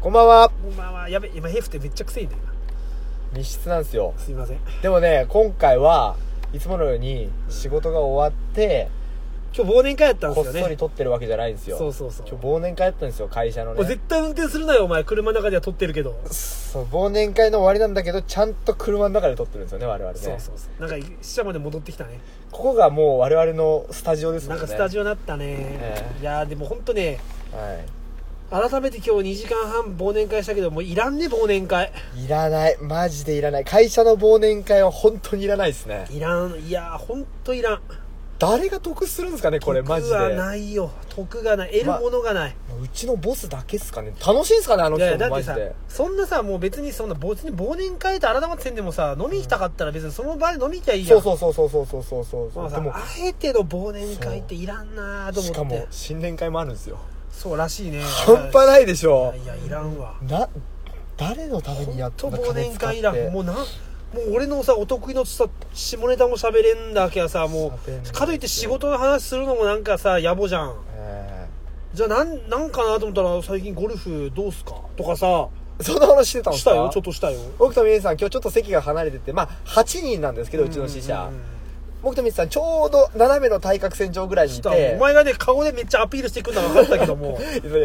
こんばんはこんばんはやべ今ヘフってめっちゃくせいんだよな密室なんですよすいませんでもね今回はいつものように仕事が終わって、今日忘年会やったんでこっすよそりね撮ってるわけじゃないんですよそうそうそう今日忘年会やったんですよ会社のおいね絶対運転するなよお前車の中では撮ってるけど、そう忘年会の終わりなんだけどちゃんと車の中で撮ってるんですよね我々ねそうそうそうなんか支社まで戻ってきたねここがもう我々のスタジオですもなんんねかスタジオになったね、ええいやーでも本当ねは改めて今日2時間半忘年会したけどもういらんね忘年会いいらないマジでいらない会社の忘年会は本当にいらないですねいらんいやー本当いらん誰が得するんですかねこれマジで得はないよ得がない得るものがない、うちのボスだけっすかね楽しいんすかねあのいやい人やだもマってジさでそんなさもう別にそんな別に忘年会と改まってせんでもさ飲み行きたかったら別にその場で飲み行きゃいいやそんうそうそうそうそうそうそうそうまあでさもあえての忘年会っていらんなーとしか思っもて新年会もあるんですよそうらしいね半端ないでしょいやいやいらんわな誰のためにややっったとんだ忘金年使っ会て以来もうなもう俺のさお得意のさ下ネタも喋れんだけはさも喋んないですうよかといって仕事の話するのもなんかさ野暮じゃんえじゃあなんなんかなと思ったら最近ゴルフどうすかとかさえそんな話してたんでしすかたよちょっとしたよ僕と峰さん今日ちょっと席が離れててまあ8人なんですけどうちの支社んん僕と峰さんちょうど斜めの対角線上ぐらいにいしたおて前がね顔でめっちゃアピールしていくのは分かったけども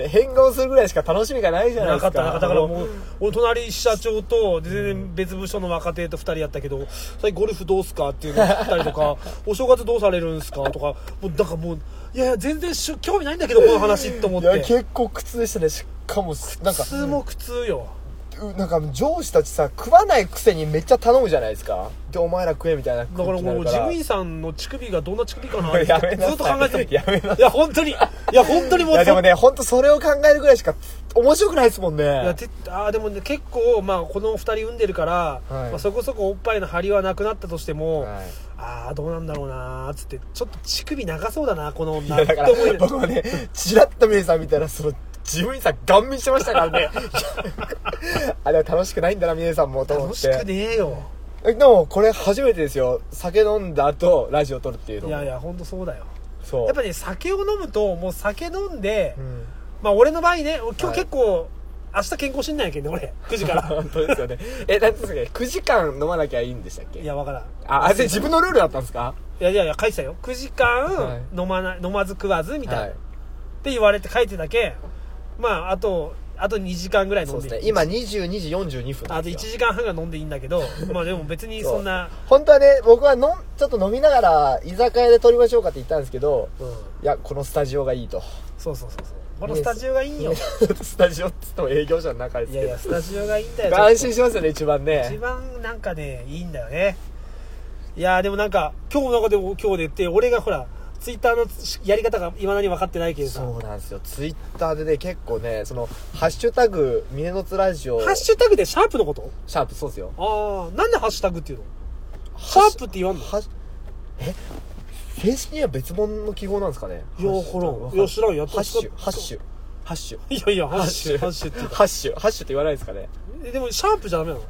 変顔するぐらいしか楽しみがないじゃないなですかかったなかっただからもう俺隣社長と全然別部署の若手と2人やったけど最近ゴルフどうすかっていうのを聞ったりとか お正月どうされるんすかとかもうだからもういやいや全然しゅ興味ないんだけどこの話と思っいやて結構苦痛でしたねしかもなんか苦痛も苦痛ようなんか上司たちさ食わないくせにめっちゃ頼むじゃないですかでお前ら食えみたいなだ空気からになもるうか事ら務員さんの乳首がどんな乳首かなやめってなさいずっと考えてたもんやめなさいいや本当にいや本当にもいうやでもねね本当それを考えるぐらいしか面白くないですもんねいやてあーでもね結構、まあ、この2人産んでるから、はいまあ、そこそこおっぱいの張りはなくなったとしても、はいああどうなんだろうなーっつってちょっと乳首長そうだなこのい女やだからって思いな僕もねちらっと皆さん見たらその事務員さんガン見してましたから ねあれは楽しくないんだな皆さんもと思楽っしてくねえよでもこれ初めてですよ酒飲んだ後ラジオ撮るっていうのいもやいやほんとそうだよそうやっぱね酒を飲むともう酒飲んで、うんまあ俺の場合ね今日はい結構、明日健康診断やけんね俺9時か ら本当ですよねえなんですかね9時間飲まなきゃいいんでしたっけいやわからんああれ自分のルールだったんですかいやいやいや書いてたよ9時は間い飲まない、飲まず食わずみたいな、はいって言われて書いてたけまああとあと2時間ぐらい飲そんうでいでいすね今22時42分あと1時間半が飲んでいいんだ けどまあでも別にそんな本当はね僕はのんちょっと飲みながら居酒屋で撮りましょうかって言ったんですけどそう,、ん、いやこのスタジオがいいとそうそうそうそうこのスタジオがいいん よスタジオっつっても営業者の中ですいけやどいやスタジオがいいんだよ安心しますよね一番一ね番なんかねいいんだよねいやーでもなんか今日の中でも今日でって俺がほらツイッターのやり方がいまだに分かってないけどさそうなんですよツイッターでね結構ねその「ハッシュタグ峰のつラジオ」ハッシュタグでシャープのことシャープそうですよああなんでハッシュタグっていうのシシャープって言わんのハッシュえ正式には別物の記号なんですかねいやほわらかんいや知らんやっとハッシュハッシュハッシュいやいやハッシュハハッッシシュュってハッシュハッシュって言わないですかねえでもシャープじゃダメなのじ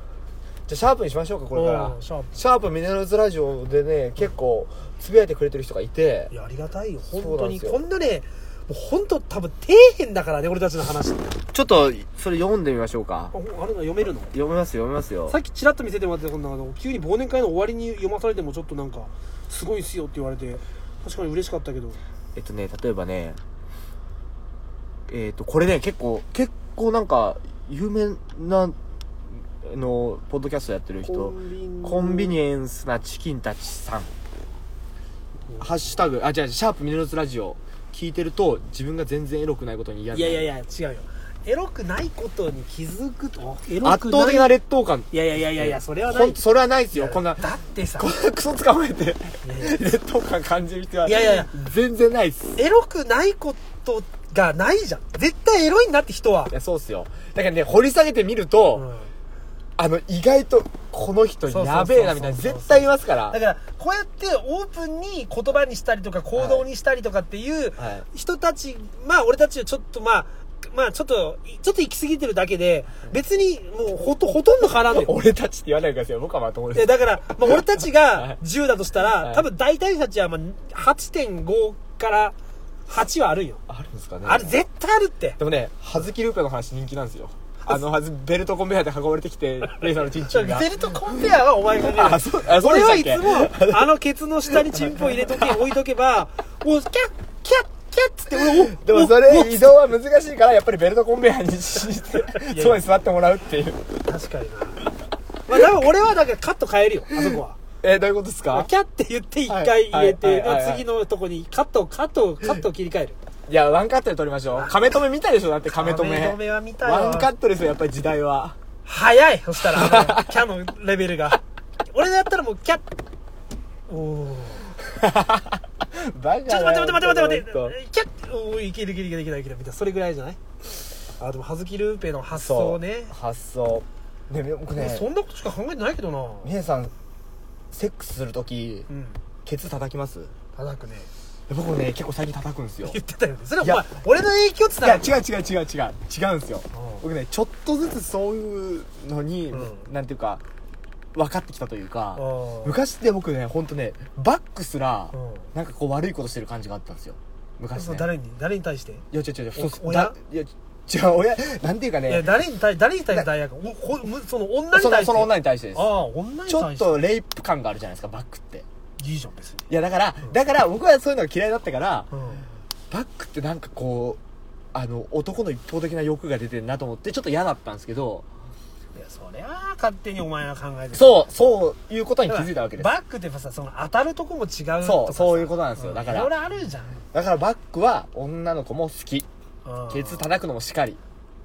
ゃあシャープにしましょうかこれからうんシャープシャープミネラルズラジオでね結構つぶやいてくれてる人がいていやありがたいよそうな本当んでにすよこんなねもう本当多分底辺だからね俺たちの話あちょっとそれ読んでみましょうかほんあるの読めるの読みますよ読みますよさっきちらっと見せてもらってたこんなあの急に忘年会の終わりに読まされてもちょっとなんかすごいっすよって言われて確かに嬉しかったけどえっとね例えばねえっとこれね結構結構なんか有名なあのポッドキャストやってる人コンビニエンスなチキンたちさんうんハッシュタグあ違う違うシャープミネラルズラジオ聞いてると自分が全然エロくないことに嫌いやいやいや違うよエロくないことに気づくとエロくない圧倒的ない劣等感やいやいやいやいやそれはなほいんとそれはないですいよやこんなだってさこん なクソ捕まえていやいや劣等感感じる人はいやいやいや全然ないっすエロくないことがないじゃん絶対エロいんだって人はいやそうっすよだからね掘り下げてみると、うんあの意外とこの人そうそうそうそうやべえなみたいな絶対いますからだからこうやってオープンに言葉にしたりとか行動にしたりとかっていうはい人たち、まあ俺たちはちょっとまあまあちょっとちょっと行き過ぎてるだけで別にもうほとほとんど絡んでる俺たちって言わないでくださいよ僕はまともでえすだから、まあ、俺たちはがい10だとしたはらい多分大体たちはまあ8.5から8はあるんよあるんですかねあれ絶対あるってでもね葉月ルーペの話人気なんですよあのはずベルトコンベヤーで運ばれてきてレイさんのチンチンがベルトコンベヤーはお前がねあそうあそうで俺しはたっいけつもあのケツの下にチンポ入れとけ置いとけ ばもうキャッキャッキャッつって俺おでもそれ移動は難しいからやっぱりベルトコンベヤーにしてそこに座ってもらうっていう確かになまあ多分俺はだからカット変える よあそこはえどういうことですかキャッて言って一回入れはていはいはいはいはい次のとこにカットをカットをカットを切り替えるいやワンカットで撮りましょう亀止め見たでしょだって亀止め亀止めは見たよワンカットですよやっぱり時代は早いそしたらあのキャのレベルが俺だったらもうキャッおーバカちょっと待って待って待って待って本待ってキャッおーいけるいけるいけるいけるいけるみたいなそれぐらいじゃないあでも葉月ルーペの当発想ねそう発想で僕ねねそんなことしか考えてないけどなみえさんセックスするときうんケツ叩きます叩くね僕ね結構最近叩くんですよ言ってたよねそれはいやお前俺の影響っつっいたやら違う違う違う違う違うんですようん僕ねちょっとずつそういうのに、うんなんていうか分かってきたというかうん昔って僕ねほんとねバックすら、うんなんかこう悪いことしてる感じがあったんですよ昔そうね誰に誰に対していや違う違うお普通親だいや違う親なんていうかいやね誰に対誰に対して大悪おほむその女にその対してその女に対してですああ女にちょ対っしてとレイプ感があるじゃないですかバックっていいじゃん別にいやだから、だから僕はそういうのが嫌いだったから、うバックってなんかこうあの男の一方的な欲が出てるなと思ってちょっと嫌だったんですけどんいやそりゃあ勝手にお前が考えてるそうそういうことにだ気からづいたわけですバックってやっぱさその当たるとこも違うとかそうそういうこことなんですよだかいろいらろあるじゃんだからバックは女の子も好きうんケツ叩くのもしかり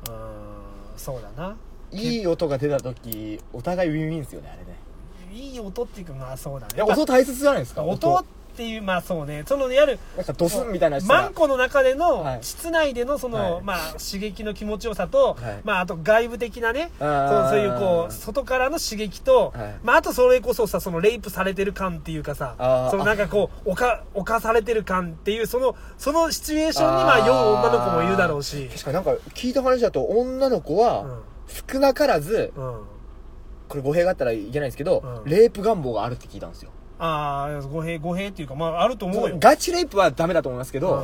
うんそうだないい音が出た時お互いウィンウィンですよねあれねいい音っていうかまあそうだねいや音大切じゃないですか音っていうまあそうねそのやるなんかドスンみたいな人マがンコの中ではいの室内でのその、はいまあ刺激の気持ちよさと、はいまああと外部的なねあそうーそういうこう外からの刺激と、はいまああとそれこそさそのレイプされてる感っていうかあさーそのなんかこう犯犯されてる感っていうそのそのシチュエーションにまあ酔う女の子もいるだろうし、確かになんか聞いた話だと女の子うはん少なからずうん、これ語弊があったらいけないんですけどうんレイプ願望があるって聞いたんですよああ語弊語弊っていうかまああると思うよガチレイプはダメだと思いますけどうん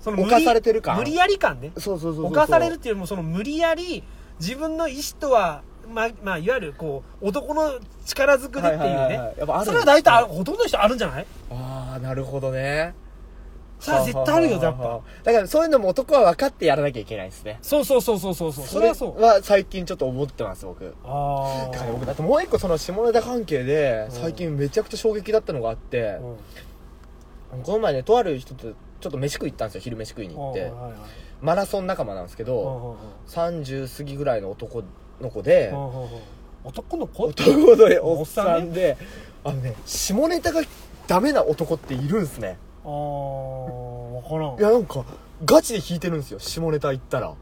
その無理犯されてる感無理やり感ねそうそうそうそう犯されるっていうよりもその無理やり自分の意思とは、まあまあ、いわゆるこう男の力ずくでっていうね、はいはいはいはいやっぱあるんですそれは大体あほとんどの人あるんじゃないああなるほどねそれは絶対あるよははやはっはぱだからそういうのも男は分かってやらなきゃいけないですねそうそうそうそうそうそうそれはそうは最近ちょっと思ってます僕あだからあ僕だってもう一個その下ネタ関係でん最近めちゃくちゃ衝撃だったのがあってこの前ねとある人とちょっと飯食い行ったんですよ昼飯食いに行ってマラソン仲間なんですけど30過ぎぐらいの男の子で男の子男のおおっっささんんであのね下ネタがダメな男っているんですねああ分からんいやなんかガチで引いてるんですよ下ネタ行ったら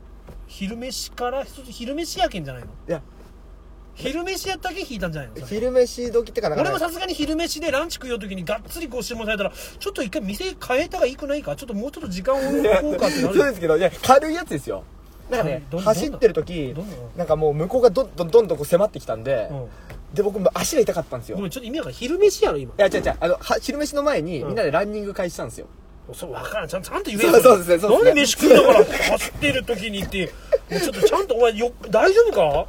昼飯から昼飯やけんじゃないのいや昼飯やったけ引いたんじゃないのそれ昼飯時ってかなか俺ねもさすがに昼飯でランチ食うよ時にがっつりご注文されたらちょっと一回店変えたがいいくないかちょっともうちょっと時間を置こうかってなそうるよですけどいや軽いやつですよなんかねどんどん走ってる時どんどんなんかもう向こうがどんどんどんどんこう迫ってきたんで、うんで僕も足が痛かったんですよごいめんちょっと意味わからん昼飯やろ今や違う違うあのは昼飯の前にうんみんなでランニング会したんですよ、そう分からんちゃんちゃんと言えよそうそうですねそうですねなんで飯食いながら走ってる時にってもうちょっとちゃんとお前よ大丈夫か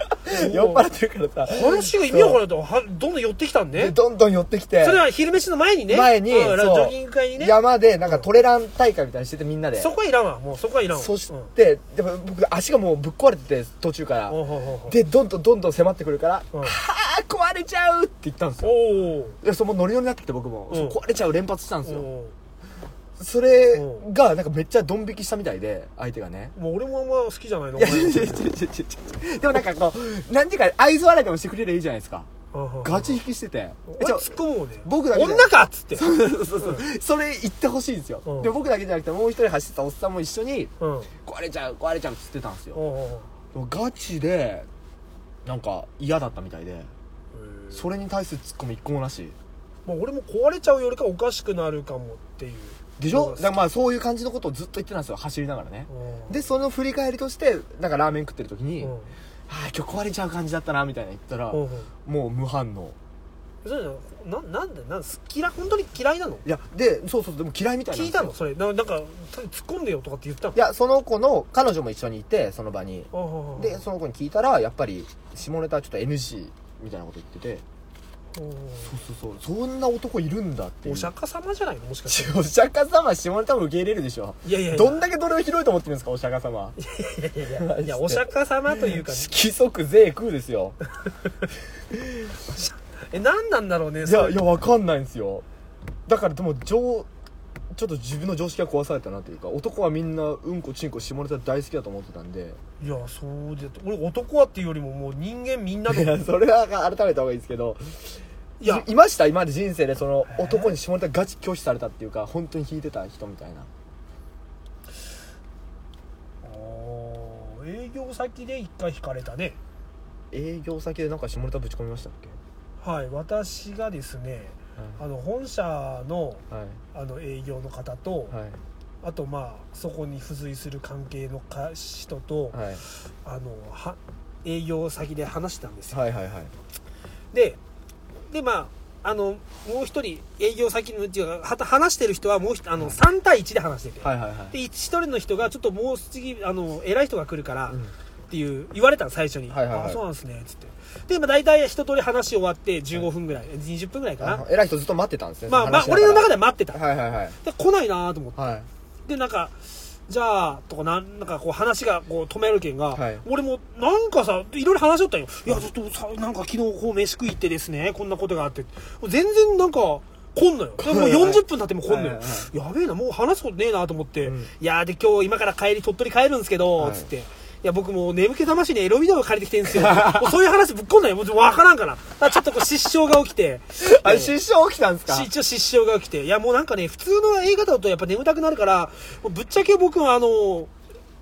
酔っ払ってるからさ話が意味わからないとはどんどん寄ってきたんでねどんどん寄ってきてそれは昼飯の前にね前に、うんジそうョギング会にね山でなんかトレラン大会みたいにしててみんなでそこはいらんわもうそこはいらんわそしうんて、でも僕足がもうぶっ壊れてて途中から、ほうほうほうほうでどんどんどんどん迫ってくるから「うんはあ壊れちゃう!」って言ったんですよおうでそのノリノリになってて僕も、うんそう壊れちゃう連発したんですよ、おうそれうがなんかめっちゃドン引きしたみたいで相手がねもう俺もあんま好きじゃないのいおや前いやいやいやいやいやでもなんかこうなんていうか愛想笑いでもしてくれりゃいいじゃないですかガチ引きしてて俺ちょ突っ込むもんね僕だけじゃない女かっつってそうそうそうそうそれ言ってほしいんですよ、うんで僕だけじゃなくてもう一人走ってたおっさんも一緒にうんおう壊れちゃう壊れちゃうって言ってたんですよおうおうでもガチでなんか嫌だったみたいでそれに対するツッコミ一個もなしまあ俺も壊れちゃうよりかおかしくなるかもっていうでしょそうだからまあそういう感じのことをずっと言ってたんですよ走りながらねうんでその振り返りとしてなんかラーメン食ってる時に、うんああ今日壊れちゃう感じだったなみたいな言ったら、うんうんもう無反応そうじゃんななんでなんす嫌い本当に嫌いなのいやでそうそうでも嫌いみたいな聞いたのそれななんかた突っ込んでよとかって言ったのいやその子の彼女も一緒にいてその場にああああでその子に聞いたらやっぱり下ネタはちょっと NG みたいなこと言ってておーそうそうそうそんな男いるんだっていうお釈迦様じゃないのもしかして迦 お釈迦様下ネタも受け入れるでしょ いやいやいやどんだけどれを広いと思ってるんですかお釈迦様いやいやいやいやお釈迦様というか、ね、色即税空ですよえ何なんだろうねいやそういやわかんないんですよだからでも常ちょっと自分の常識が壊されたなというか男はみんなうんこちんこ下ネタ大好きだと思ってたんでいやそうで俺男はっていうよりももう人間みんないのやい それは改めた方がいいですけどいやいました今まで人生でその男に下ネタガチ拒否されたっていうか本当に引いてた人みたいなあー営業先で一回引かれたね営業先でなんか下ネタぶち込みましたっはい私がですねけあの本社のはいあの営業の方と、はいあとまあそこに付随する関係のか人と、はいはいあのは営業先で話したんですよ、はいはいはいででまああのもう一人営業先のっていうかはた話してる人はもうひあの3対1で話してて、はいはいはいで一一人の人がちょっともう次あの偉い人が来るから、うんっていう言われたの最初に「はいはいはいあそうなんですね」っつってで今大体一通り話終わって15分ぐらい、20分ぐらいかなあ偉い人ずっと待ってたんですねまあまあそ俺の中話でしは待ってた、ながらはいはいはいで来ないなと思ってはいでなんかじゃあとかなんなんかこう話がこう止めるけんが、はい俺もなんかさいろいろ話しとったんよいやちょっとさなんか昨日こう飯食い行ってですねこんなことがあって全然なんか来ん のよでもう40分経っても来んのよ、はいはいやべえなもう話すことねえなと思って、うんいやーで今日今から帰り鳥取帰るんですけど、はいつっていや僕もう眠気覚ましにエロビデオ借りてきてんすよもうそういう話ぶっこんないよもう分からんからだからちょっとこう失笑が起きてあ失笑起きたんですかし一応失笑が起きて、いやもうなんかね、普通の映画だとやっぱ眠たくなるから、もうぶっちゃけ僕はあの、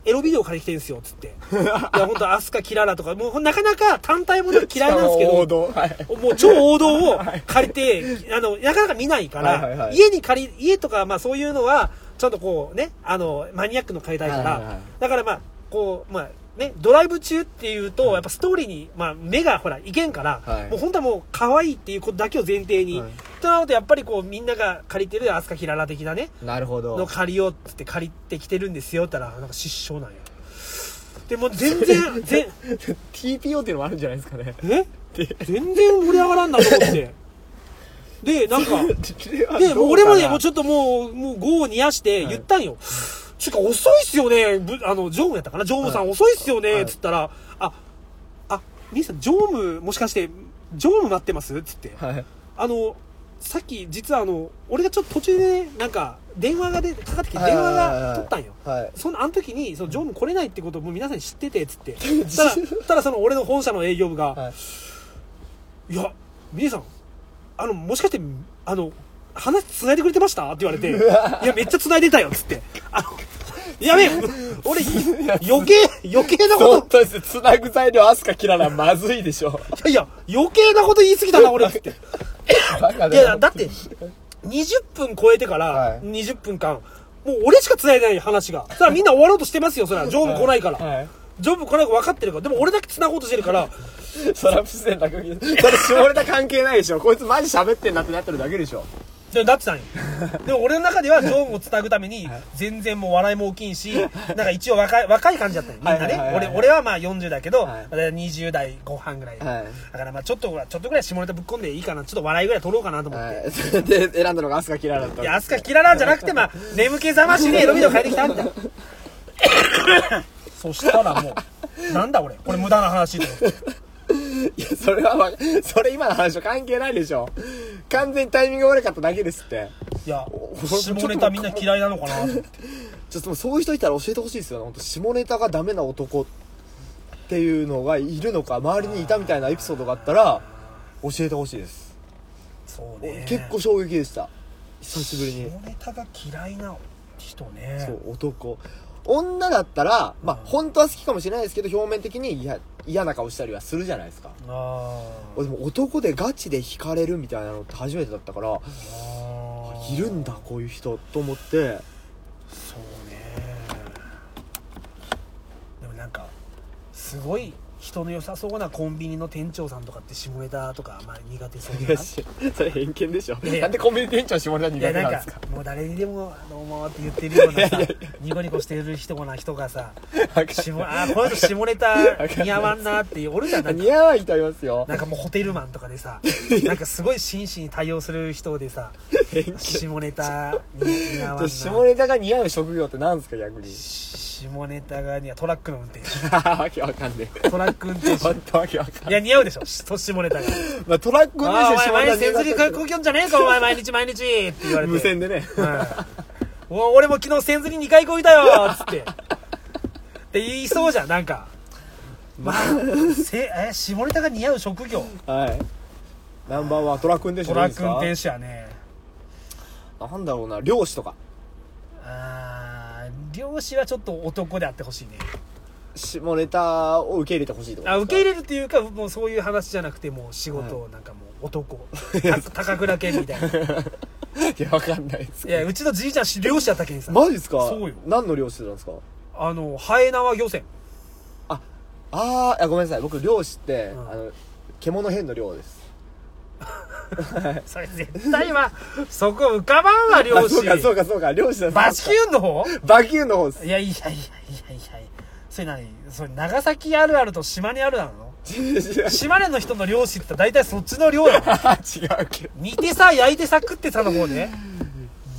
エロビデオ借りてきてるんですよ、つって。いや、本当アスカ、キララとか、もうなかなか単体もの嫌いなんですけ王ど、道はいもう超王道を借りて、あの、なかなか見ないから、はいはいはい家に借り、家とか、まあそういうのは、ちゃんとこうね、あの、マニアックの借りたいから、はいはいはいだからまあ、こう、まあ、ね、ドライブ中っていうと、やっぱストーリーに、まあ、目がほら、いけんから、はいもう本当はもう、可愛いっていうことだけを前提に、はいとなると、やっぱりこう、みんなが借りてる、アスカキララ的なね、なるほのど借りようっつって借りてきてるんですよ、って言ったら、なんか失笑なんや。でも全 然、全、 TPO っていうのもあるんじゃないですかねえ全然盛り上がらんなと 思って。で、なんか、で、もう俺もね、もうちょっょっともう、もう、業を煮やして、言ったんよ。ちゅうか、遅いっすよね。ぶあの、常務やったかな常務さん、は遅いっすよはね。いつったら、あ、あ、兄さん、常務、もしかして、常務待ってますつって。はいあの、さっき、実はあの、俺がちょっと途中でね、なんか、電話がで、かかってきて、電話が取ったんよ。はいそのあの時にその常務来れないってことをもう皆さんに知っててっ つってただただその俺の本社の営業部が、はいいや、峰さん、あの、もしかして、あの、話繋いでくれてましたって言われて、いや、めっちゃ繋いでたよ、つって。あの、やべえ、俺、余計、余計な本こ当ですつなぐ材料アスカ切らなまずいでしょと、いやいや、余計なこと言い過ぎたな、俺、つって。いや、だって、20分超えてかはら、い20分間、もう俺しか繋いでない話が。さあ、みんな終わろうとしてますよ、それは。常務来ないから。はい常務来ないから分かってるから。でも俺だけ繋ごうとしてるから、そら不自然な空気それ絞れた関係ないでしょこいつマジ喋ってんなってなってるだけでしょでなっ てたんよでも俺の中ではジョーンをつなぐために全然もう笑いも大きいしなんか一応若い若い感じだったんよみんはないはいねはいはい俺俺はまあ40だけど、はいまだ20代後半ぐらい、はいだからまあちょっとほらちょっとぐらい下ネタぶっ込んでいいかなちょっと笑いぐらい取ろうかなと思って、はいそれで選んだのがアスカ切らなだったいや、アスカキララじゃなくて、まあ、眠気覚ましでエロビデオ変えてきたん だ。そしたらもう、なんだ俺、これ無駄な話だよ。いやそれはわそれ今の話は関係ないでしょ完全にタイミングが悪かっただけですっていや、ちょっ下とネタみんな嫌いなのかなと思って。ちょっともうそういう人いたら教えてほしいですよね本当下ネタがダメな男っていうのがいるのか周りにいたみたいなエピソードがあったら教えてほしいです、そうね。結構衝撃でした久しぶりに下ネタが嫌いな人ねそう男女だったらまあ本当は好きかもしれないですけど表面的に嫌嫌な顔したりはするじゃないですかあ俺でも男でガチで惹かれるみたいなのって初めてだったからあいるんだこういう人と思ってそうねでもなんかすごい人の良さそうなコンビニの店長さんとかって下ネタとかあんまり苦手そういじゃやないしそれ偏見でしょいやいやなんでコンビニ店長下ネタ苦いや手ななんんですかかもう誰にでも「どうも」って言ってるようなさニコニコしてる人こな人がさわか下あーこの人下ネタ似合わんなっておるじゃんなん か似合わないと思いますよなんかもうホテルマンとかでさなんかすごい真摯に対応する人 でさ偏見下ネタに似合わんな下ネタが似合う職業ってなんですか逆 に下ネタが似合うトラックの運転手わけわかんねえトラック運転手 ほんとわけわかんいねや似合うでしょしと下ネタがえまあトラック運「ああお転手前下ネタ毎日千鶴苦空港きょんじゃねえかお前毎日毎日」って言手われて無線でねうん、お俺も昨日千鶴2回こいたよっつってって言いそうじゃんなんかまあせえ下ネタが似合う職業はいナンバーワントラック運転手トでいいラですック運か転手はねなんだろうな漁師とかあー漁師はちょっと男であってほしいね下ネタを受け入れてほしいってことあですか受け入れるっていうかもうそういう話じゃなくてもう仕事なんかもう男、 た高倉健みたいないいやわかんないですやうちのじいちゃん漁師やったけんさマジですかそうよ何の漁師なんですかあのハエ縄漁船あーあごめんなさい僕漁師って、うんあの獣編の漁ですそれ絶対はそこ浮かばんわ漁あそう師かそうかそうか漁師だバチキュンの方バキューンの方ですいやいやいやいやいやいやそれ何それ長崎あるあると島根あ るあるなの島根の人の漁師って大体そっちの漁なの違うけど煮てさ焼いてさ食ってさの方ね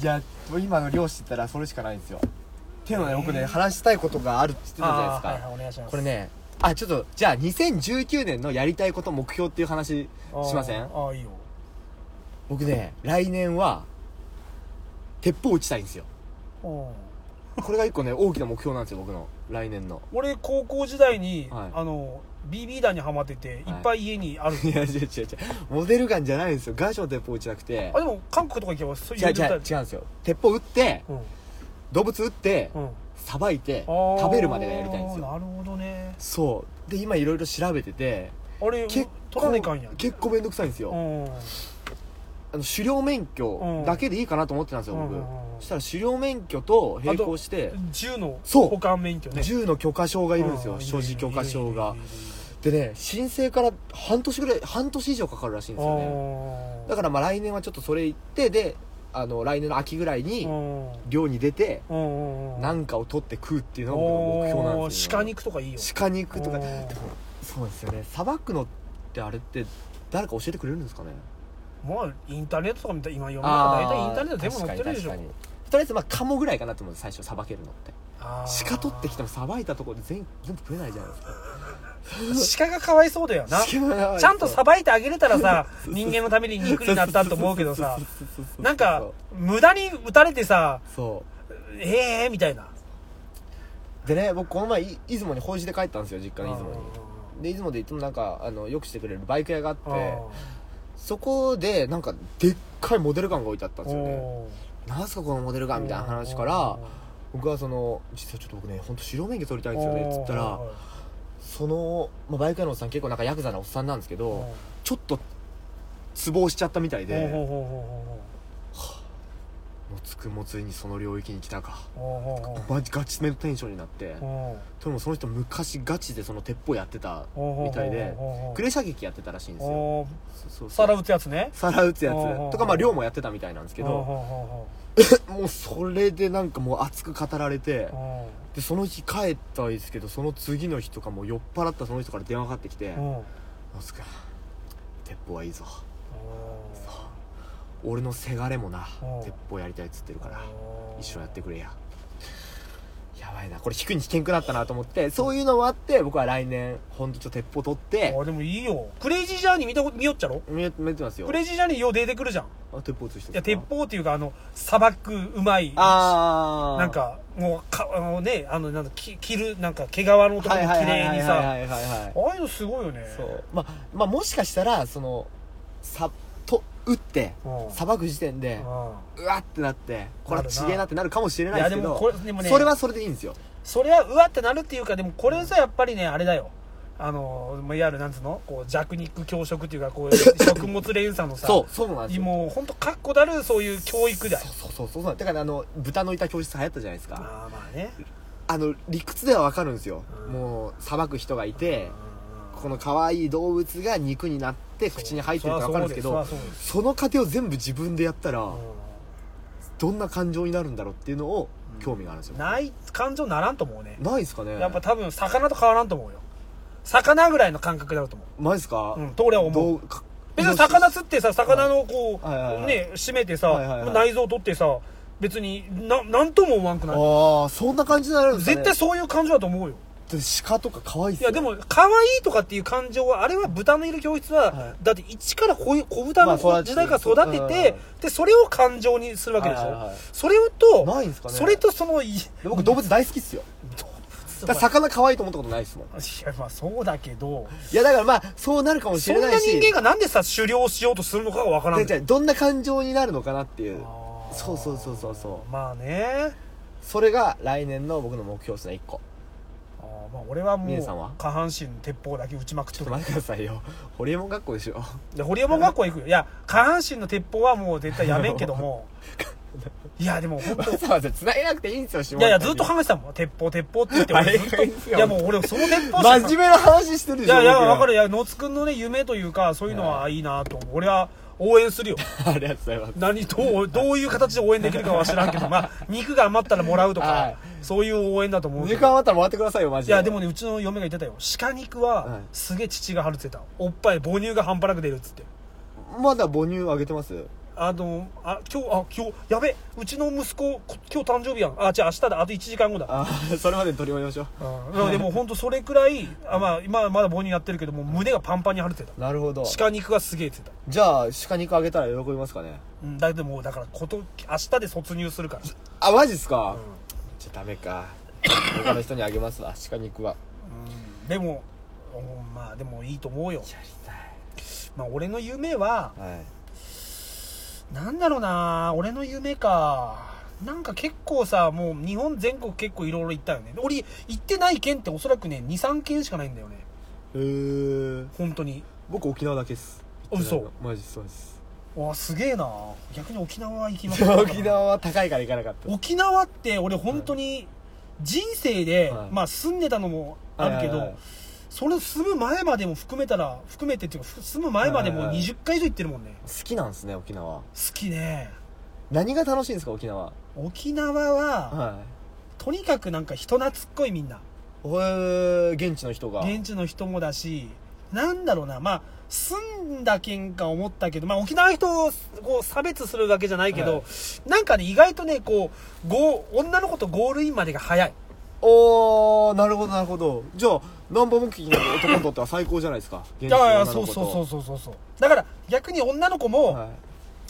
いや今の漁師って言ったらそれしかないんですよっていうのはね僕ね話したいことがあるって言ってたじゃないですか、あーはいはいお願いしますこれねあちょっとじゃあ2019年のやりたいこと目標っていう話しませあんーあーいいよ僕ね来年は鉄砲撃ちたいんですようんこれが一個ね大きな目標なんですよ僕の来年の俺高校時代に、はいあの BB 弾にハマってていっはいぱい家にある、いや違う違う違うモデルガンじゃないんですよ外傷鉄砲撃ちなくてあでも韓国とか行けばそういう違う違う違うんうですよ鉄砲撃ってうん動物撃ってうんさばいてあー食べるまでやりたいんですよなるほどねそうで今いろいろ調べててあれ取結ら構ないかんやん結構めんどくさいんですよ、うんあの狩猟免許だけでいいかなと思ってたんですよ、うんうんうんうん僕そしたら狩猟免許と並行して銃のそう保管免許ね銃の許可証がいるんですよ、う所持許可証がいるいるいるいるいるでね申請から半年ぐらい半年以上かかるらしいんですよねあーだからまあ来年はちょっとそれ行ってであの来年の秋ぐらいにうん漁に出てうんうん何かを取って食うっていうのが僕の目標なんおですーよ鹿肉とかいいよ鹿肉とかおでーもそうですよねさばくのってあれって誰か教えてくれるんですかねまあインターネットとか見たら今読めたら大体インターネットで全部載ってるでしょ確かに確かにとりあえずまあカモぐらいかなと思うんです最初さばけるのってあー鹿取ってきてもさばいたところで全全部食えないじゃないですか鹿がかわいそうだよなち ゃんとさばいてあげれたらさ人間のために肉になったと思うけどさなんか無駄に打たれてさそええー、みたいなうでね僕この前い出雲に法事で帰ったんですよ実家の出雲あにで出雲でいつもなんかあのよくしてくれるバイク屋があってーそこでなんかでっかいモデルガンが置いてあったんですよねおーなんすかこのモデルガンみたいな話から僕はその実はちょっと僕ね本当白免許取りたいんですよねっつったらおーその、まあ、バイク屋のおっさん結構なんかヤクザなおっさんなんですけおどーちょっとツボをしちゃったみたいでおーもおつくもついにその領域に来たかーおーおーおーおーおーマジガチめのテンションになっておーともその人昔ガチでその鉄砲やってたみたいでクレ射撃やってたらしいんですよおーそうそうそう皿打つやつね皿打つやおうおうおつとうかまあ漁もやってたみたいなんですけおーどおもうそれでなんかもう熱く語られてーおでその日帰ったんですけどその次の日とかもう酔っ払ったその人から電話かかってきてーお「ーモつくん鉄砲はいいぞおー俺のせがれもなおう鉄砲やりたいっつってるからおー一緒やってくれや」やばいなこれ引くに引けんくなったなと思ってそういうのもあって僕は来年ほんとちょっと鉄砲取ってあでもいいよクレイジージャーニー見たこと見よっちゃろ見え見えてますよクレイジージャーニーよう出てくるじゃんあ鉄砲つしていや鉄砲っていうかあの砂漠うまいああなんかもうかあのねあのなんだき着るなんか毛皮のところはいもはい綺はい麗はいにはいさはいはいああいうのすごいよねそうまあまあもしかしたらそのさと打ってうんさばく時点でううわってなってこれはなるなちげえなってなるかもしれんいないですやでけもどこれでもねそれはそれでいいんですよそれはうわってなるっていうかでもこれさやっぱりねあれだよあのまあいわゆるなんつうのこう弱肉強食っていうかこう食物連鎖のさそうそうなんですよもう本当確固たるそういう教育だよそうそうそうそうだからあの豚のいた教室流行ったじゃないですかああまあねあの理屈ではわかるんですようんもうさばく人がいてうんこの可愛い動物が肉になって口に入ってるって分かるんですけそりどゃそうですその過程を全部自分でやったらどんな感情になるんだろうっていうのを興味があるんですよ、ない感情ならんと思うねないですかねやっぱ多分魚と変わらんと思うよ魚ぐらいの感覚だと思ないですか、う、うん、と俺は思うどうか別に魚釣ってさ魚のこう、はいはいはいね締めてさ、はいはいはい内臓取ってさ別にななんとも思わんくないああそんな感じになるんですか、絶ね、対そういう感情だと思うよ対鹿とか可愛いっいすよやでも可愛いとかっていう感情はあれは豚のいる教室は、はだって一からこういう子豚まのあそうだ時代から育てて、うんでそれを感情にするわけでしょ、はいはいはいそれとないんですかねそれとそのいで僕動物大好きっすよ動物だから魚可愛いと思ったことないですもんいやまあそうだけどいやだからまあそうなるかもしそれんなないし人間がなんでさ狩猟しようとするのかがわからん違う違うどんな感情になるのかなっていうあーそうそうそうそうそうまあねそれが来年の僕の目標ですね1個あーまあ俺はもミネさんはう下半身鉄砲だけ撃ちまくっちとょっとる待ってくださいよ ホリエモン学校でしょで堀山学校行くよいや下半身の鉄砲はもう絶対やめんけ どもいやでも本当わざわざ繋いなくていいんですよ下いやいや、ネタずっにと考えてたもん。鉄砲、鉄砲って言って、あれ俺がずいいんっすと。よいや、もう俺、その鉄砲しか真面目な話してるでいしょやいや、わかるる。いや、野津くんのね、夢というか、そういうのはいいなと思う。俺は応援するよ。 ありがとうございます何、どう、どういう形で応援できるかは知らんけど、まあ、肉が余ったらもらうとはかい、そういう応援だと思うけ時ど。間あったらもらってくださいよマジいでや、でもね、うちの嫁が言ってたよ。鹿肉は、はいすげえ父が張るって言ってた。おっぱい、母乳が半端なく出るっつって。まだ母乳あげてますあの、あ、今日、あ、今日、やべ、うちの息子、こ今日誕生日やん。あ、じゃあ明日だ。あと1時間後だ。あーそれまでに取り終えましょうん、でも本当それくらいあ、まあ、今まだ母乳やってるけども胸がパンパンに張るって言ってうなるほどた鹿肉がすげえって言ってじゃあ鹿肉あげたら喜びますかねた、うん、だけどもうだからこと明日で卒乳するから、あマジっすか、じゃあダメか他の人にあげますわ鹿肉はうん、でも、うんまあでもいいと思うよ、やりたいまあ、俺の夢ははいなんだろうな俺の夢かなんか結構さもう日本全国結構いろいろ行ったよね俺行ってない県っておそらくね23県しかないんだよねへー本当に僕沖縄だけっす嘘マジそうですわあすげえな逆に沖縄行きま す沖縄は高いから行かなかったです沖縄って俺本当に人生で、はいまあ住んでたのもあるけど、はいはいはいそれ住む前までも含めたら含めてっていうかふ住む前まではいもはいはい20回以上行ってるもんね、好きなんですね沖縄好きね何が楽しいんですか沖縄沖縄は、はとにかくなんか人懐っこいみんないへえ現地の人が現地の人もだしなんだろうなまあ住んだ県か思ったけど、まあ、沖縄の人をこう差別するわけじゃないけど、はいなんかね意外とねこうゴー女の子とゴールインまでが早いおーなるほどなるほどじゃあナンバー目的の男にとっては最高じゃないですか現い地のやい女やのそう子とそうそうそうそうそうだから逆に女の子もはい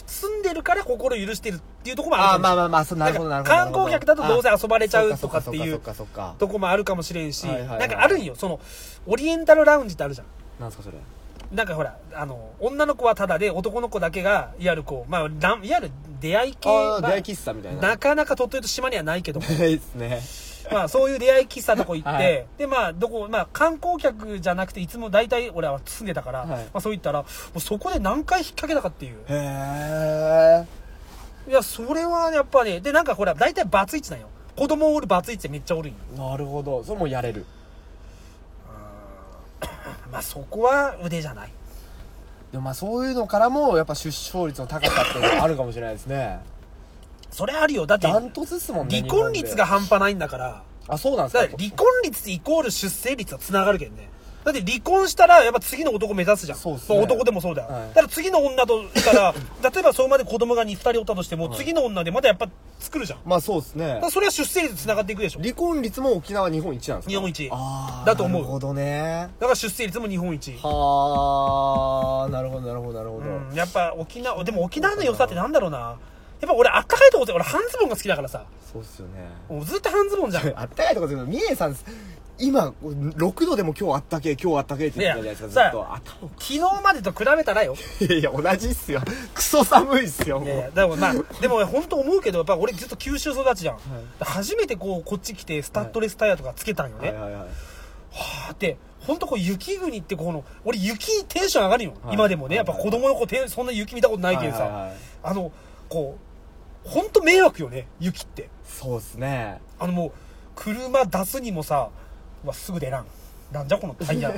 住んでるから心許してるっていうところもあああるまあかまあまあそうなもるしほれどなないるほだどから観光客だとどうせ遊ばされちゃうとかっていそうっかそっかそっかとこもあるかもしれんしはいはいはいなんかあるんよそのオリエンタルラウンジってあるじゃんなんすかそれなんかほらあの女の子はタダで男の子だけがいわゆるこうまあランいわゆる出会い系ああまあ出会い喫茶みたいななかなか鳥取と島にはない けどもないですねまあそういう出会い喫茶のとこ行って、はいでまあどこ、まあ観光客じゃなくていつも大体俺は住んでたから、はいまあそう言ったら、もうそこで何回引っ掛けたかっていう。へえいや、それはやっぱね、でなんかほら大体バツイチなんよ。子供おるバツイチってめっちゃおるんよ。なるほどそれもやれるまあそこは腕じゃない。でもまあそういうのからもやっぱ出生率の高さっていうのがあるかもしれないです ねそれあるよ。だって、ダン離トツですもんね婚率が日半端ないんだから、本であそうなんですだかから離婚率イコール出生率はつながるけんね。だって離婚したらやっぱ次の男目指すじゃん。そうっすねまあ男でもそうだよ。はいだから次の女とした ら、例えばそれまで子供が2、2人おったとしても、次の女でまたやっぱ作るじゃん。だまあそうですねからそれは出生率つながっていくでしょ。離婚率も沖縄日本一なんですか日本一あーだと思うなるほどねだから出生率も日本一。はあなるほどなるほどなるほど、うん、やっぱ沖縄、でも沖縄の良さってなんだろうな。やっぱ俺あったかいとこで、俺半ズボンが好きだからさ。そうっすよね もうずっと半ズボンじゃん。あったかいとこですけど三重さん今6度でも今日あったけえ今日あったけえって言ってたじゃないですかずっいとや頭昨日までと比べたらよ。い やいや同じっすよクソ寒いっすよもいうやいや、でもまあ、でも本当思うけど、やっぱ俺ずっと九州育ちじゃん。初めてこう、こっち来て、スタッドレスタイヤとかつけたんよね。ははいはいはいって、本当こう雪国ってこの、俺雪テンション上がるよ。はい今でもね、はやいっぱ子供の子て、そんな雪見たことないけどさ、はいはいはいあの、こう、本当迷惑よね、雪って。そうっすねあのもう、 車出すにもさ、うわすぐ出らん。なんじゃこのタイヤ。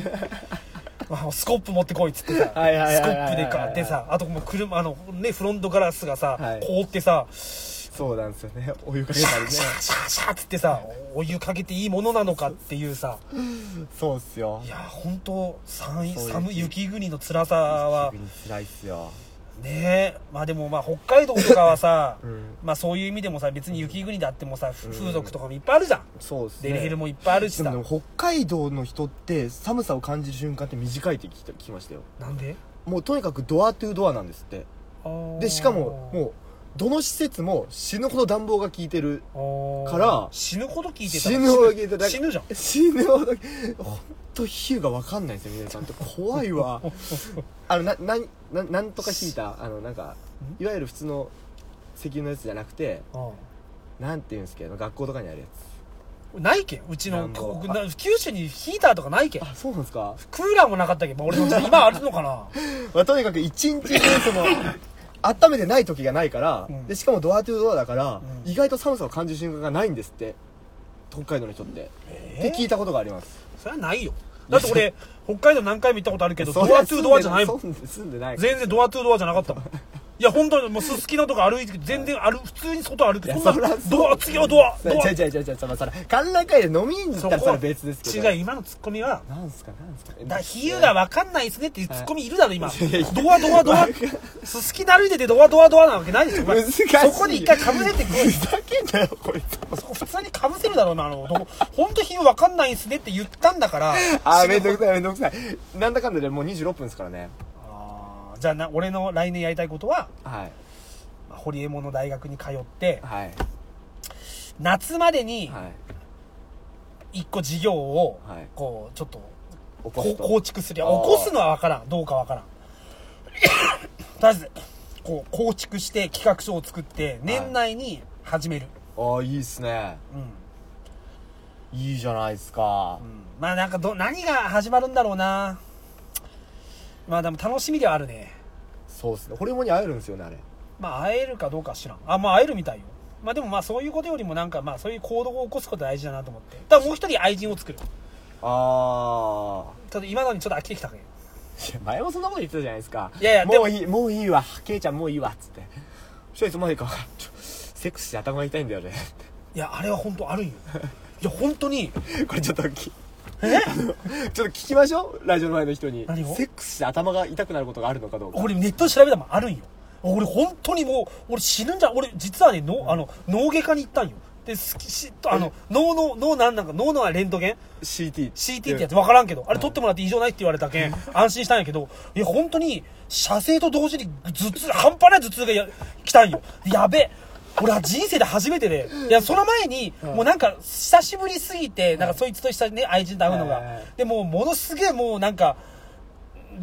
あスコップ持ってこいっつってさはいはいはいはいスコップで買ってさあともう車あのねフロントガラスがさ、はい凍ってさそうなんですよねお湯かけシたャりーねシャーシャーシャーっつってさお湯かけていいものなのかっていうさ そうっすよいや本当寒いそう寒い雪国の辛さは逆に辛いっすよねえまあでもまあ北海道とかはさ、 うんまあそういう意味でもさ別に雪国であってもさ、ふ風俗とかもいっぱいあるじゃんそうっすねデリヘルもいっぱいあるしでさ、もでも北海道の人って寒さを感じる瞬間って短いって聞きた聞きましたよなんでもうとにかくドアトゥドアなんですってでしかもうもうどの施設も死ぬほど暖房が効いてるあーから死ぬほど聞いてたら死ぬほど聞いてた死ぬ死ぬじゃん死ぬほどほんと比喩が分かんないんですよ皆さんって怖い わあのななななんとか引いたあのなんかいわゆる普通の石油のやつじゃなくてなんていうんですけど学校とかにあるやないけんうちなのんぼな九州にヒーターとかないけんつあそうなんですか、クーラーもなかったけん、まあ、俺のうち今あるのかなまあ、とにかく一日中そ の温めてない時がないから、うんでしかもドアトゥードアだから、うん意外と寒さを感じる瞬間がないんですって北海道の人って、えって聞いたことがありますそれはないよだっ て俺北海道何回も行ったことあるけどドそりアトゥードアじゃないもん住んで住んでない全然ドアトゥードアじゃなかったもんいや本当にもうすすきのとか歩いて全然ある普通に外歩くいやそんそりなゃそうドア次はドアじドゃアじゃじゃじゃじゃそのその観覧会で飲みに行ったらそれは別ですけど違う今のツッコミはなんすかなんすかだ比喩が分かんないですねっていうツッコミいるだろ今いやいやドアドアドアすすきで歩いててドアドアドアなわけないでしょお前難しいそこで一回かぶせてく ふざけんなよこい つそこ普通にかぶせるだろうなあの男本当比喩分かんないですねって言ったんだからあーめんどくさいめんどくさいなんだかんだでもう26分ですからねあーじゃあな俺の来年やりたいことははいまあ堀江門の大学に通ってはい夏までにはい一個授業をはいこうちょっと起ここうすと構築するいやあー起こすのは分からんどうか分からん とりあえずこう構築して企画書を作って年内に始める、ああいいっすねうんいいじゃないですかうんまあなんかど何が始まるんだろうなまあでも楽しみではあるねそうっすねホリモンに会えるんですよねあれまあ会えるかどうかは知らんあまあ会えるみたいよまあでもまあそういうことよりもなんかまあそういう行動を起こすことが大事だなと思ってだからもう一人愛人を作るああただ今のにちょっと飽きてきたねいや前もそんなこと言ってたじゃないですかいやいやでももういいもういいわケイちゃんもういいわっつってそしたらいつまでかちょセックスして頭が痛いんだよね いやあれは本当あるんよいや本当にこれちょっときえちょっと聞きましょうラジオの前の人に何をセックスして頭が痛くなることがあるのかどうか俺ネットで調べたもんあるんよ俺本当にもう俺死ぬんじゃ俺実はねのあの脳外科に行ったんよで好きしあの脳の脳なんなんか脳のレントゲン CT CT ってやつ分からんけど、あれ取ってもらって異常ないって言われたけん、安心したんやけど、いや、本当に、射精と同時に頭痛、半端ない頭痛がや来たんよ。やべ俺は人生で初めてで、いや、その前に、もうなんか、久しぶりすぎて、なんかそいつとしたね、愛人と会うはいのはいはがい。で、もうものすげえもうなんか、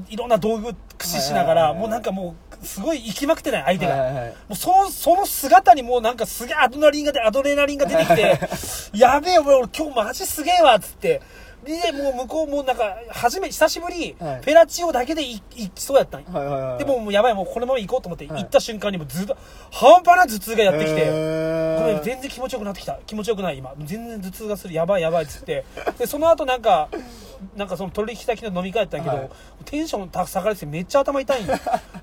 いろんな道具駆使しながはいら、はいはいはいもうなんかもう、すごい行きまくってない、相手はいはいはがい。もうその、その姿にもうなんかすげえアドレナリンが出、アドレナリンが出て きて、やべえ、俺、俺今日マジすげえわ、つって。で、もう向こうもうなんか、初め、久しぶり、フはいェラチオだけでい行きそうやったんよはいはいはいでもうもうやばい、もうこのまま行こうと思って、行いった瞬間にもうずっと、半端な頭痛がやってきて、えごめんー全然気持ちよくなってきた気持ちよくない今全然頭痛がするやばいやばいっつってでその後なんかなんかその取引先の飲み会やったんやけど、はいテンションた下がりすぎてめっちゃ頭痛いんよ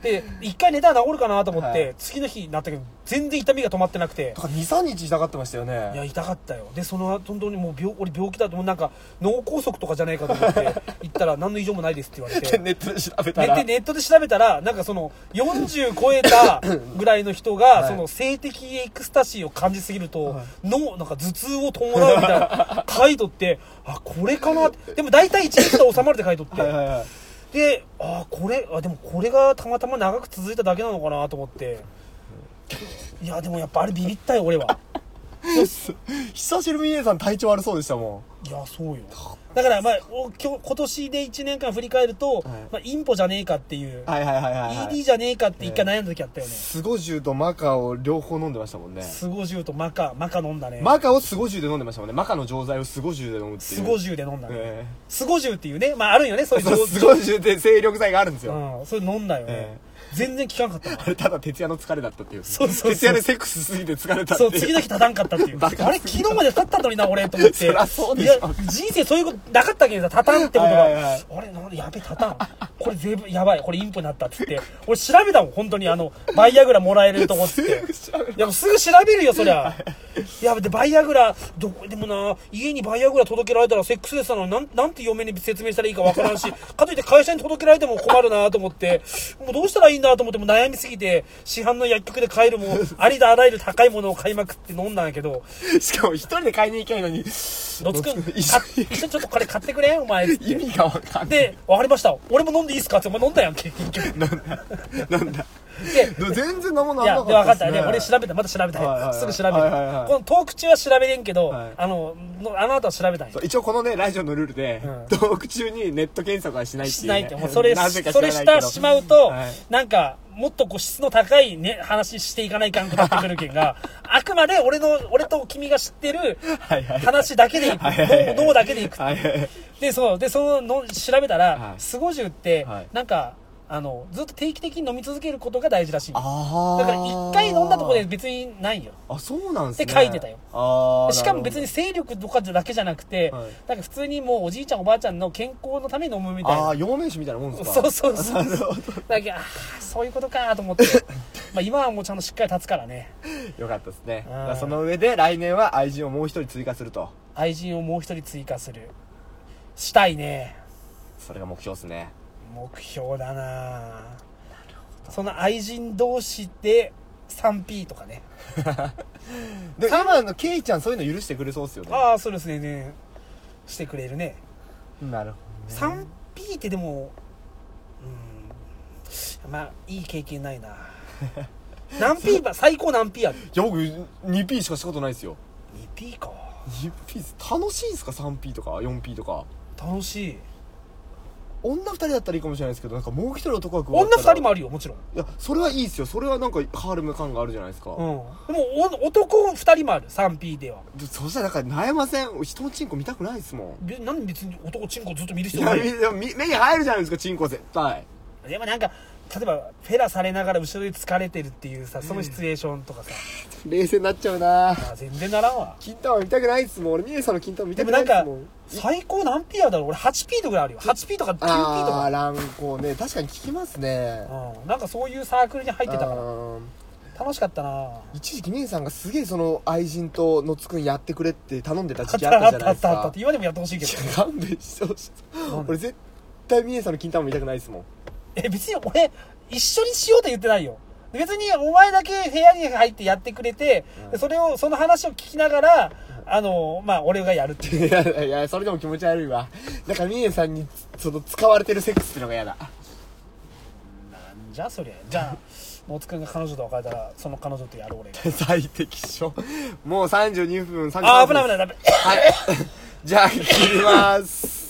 で一回寝たら治るかなと思って、は次の日になったけど全然痛みが止まってなくてだから23日痛がってましたよねいや痛かったよでその後本当にもう病俺病気だともうなんか脳梗塞とかじゃないかと思って行ったら何の異常もないですって言われてネットで調べたでらでネットで調べたらなんかその40超え たぐらいの人が、いその性的エクスタシーを感じすぎると、はい脳なんか頭痛を伴うみた いな書いとってあこれかなってでも大体1日で収まるって書いとってはいはいはいであこれあでもこれがたまたま長く続いただけなのかなと思っていやでもやっぱあれビビったよ俺は久しぶりに A さん体調悪そうでしたもいやそうよだからまあお今日今年で1年間振り返ると、まあ、インポじゃねえかっていう、んはいはいはいはい、はい ED じゃねえかって一回悩んだ時あったよね、スゴジュとマカを両方飲んでましたもんねスゴジュウとマカ、マカ飲んだね。マカをスゴジュで飲んでましたもんねマカの錠剤をスゴジュで飲むっていうスゴジュウで飲んだね。えスゴジュウっていうね、まああるよね、そうえいうそう上スゴジュって精力剤があるんですよ、うん、それ飲んだよね。え全然聞かんかったわあれた だ徹夜の疲れだったっていうそうそうそう徹夜でセックスしすぎて疲れたってそいうう、次の日立たんかったってい う。バカあれ、昨日まで立ったのにな、俺、と思って。そりゃそうでいしょや、人生そういうことなかったけどさ、立たんってことが。はいはいはいあれ、なんでやべ、立たん。これ、全部、やばい、これ、インプになったっつって。俺、調べたもん、本当に、あの、バイアグラもらえるとこっ つって。すぐ調べるいや、もうすぐ調べるよ、そりゃ。いや、で、バイアグラ、どこでもな、家にバイアグラ届けられたらセックスレスなのに、なん、なんて嫁に説明したらいいかわからん し、かといって会社に届けられても困るなと思って、もうどうしたらいいんだと思って、もう悩みすぎて、市販の薬局で買えるも、ありだあらゆる高いものを買いまくって飲んだんやけど、しかも一人で買いに行けないのにのつくん、か一一緒に緒にちょっとこれ買ってくれお前。意味がわかんないで、わかりました。俺も飲んでいいっすかって、お前飲んだやんけ、結局。なんだなんだで、全然何もなんいや、なで、分かかっったた。っすね、ね俺調べた。また調べたはいはいはいよ。すぐ調べる。こはいはいはいのトーク中は調べれんけどはい、あの、のあなたは調べたんそよ。う一応このねラジオのルールで、んトーク中にネット検索はしないっていしう、ね、ないって、もうそれ、なぜか知そらないれけどした、しまうとはい、なんか、もっとこう質の高いね、話していかないかんくなってくるけ んが、あくまで俺の、俺と君が知ってるはいはい話だけでいく。はいはいはい脳脳だけでいく。はいはいはいで、そう、で、そのの、調べたはら、いスゴジュウってはい、なんか、あの、ずっと定期的に飲み続けることが大事らしい。だかああら、一回飲んだとこで別にないよ。あそうなんすねって書いてたよああしかも別に精力とかだけじゃなくて、はいなんか普通にもうおじいちゃんおばあちゃんの健康のために飲むみたいああな。ー陽明酒みたいなもんですかそうそうそなう。るほどだけどあーそういうことかと思って。まあ今はもうちゃんとしっかり立つからね。 よかったですねうんだからその上で来年は愛人をもう一人追加すると愛人をもう一人追加する。したいね。それが目標ですね目標だなその愛人同士で 3P とかね。でも今のケイちゃんそういうの許してくれそうっすよねああ、そうですねね。してくれるね。なるほ 3P ってでも、うん。まあ、いい経験ない な何 P ば、最高何 P やるどいや僕 2P しかしたことないですよ 2P か 2P っす楽しいんすか 3P とか 4P とか楽しい女2人だったらいいかもしれないですけどなんかもう一人男が加わ女ったら2人もあるよもちろん、いやそれはいいっすよそれはなんかハーレム感があるじゃないですか、うん、でもお男2人もある 3P ではでそしたらなんか悩ません俺人のチンコ見たくないですもんべなんで別に男チンコずっと見る必い要なやいみでもみ目に入るじゃないですかチンコ絶対でもなんか例えばフェラされながら後ろで疲れてるっていうさそのシチュエーションとかさ、冷静になっちゃうなあ全然ならんわ金玉見たくないっすもん俺ミエさんの金玉見でたもくなないんっすかもん最高何 P やだろう俺 8P とかあるよ 8P とか 9P とああか乱行ね確かに聞きますねうん、なんかそういうサークルに入ってたからうん楽しかったな一時期ミエさんがすげえその愛人とのつくんやってくれって頼んでたあ時っ期あったたじあゃないでったあっすたあかったって言われてもやってほしいけど いや勘弁してほしいなんで俺絶対ミエさんの金玉見たくないっすもんえ別に俺一緒にしようと言ってないよ別にお前だけ部屋に入ってやってくれて、んでそれをその話を聞きながら、あのまあ俺がやるっていういやいやそれでも気持ち悪いわなんかミエさんにその使われてるセックスってのが嫌だなんじゃそりゃじゃあモツくんが彼女と別れたらその彼女とやる 俺が最適所もう32分3 あー危ない危ないダメはいじゃあ切ります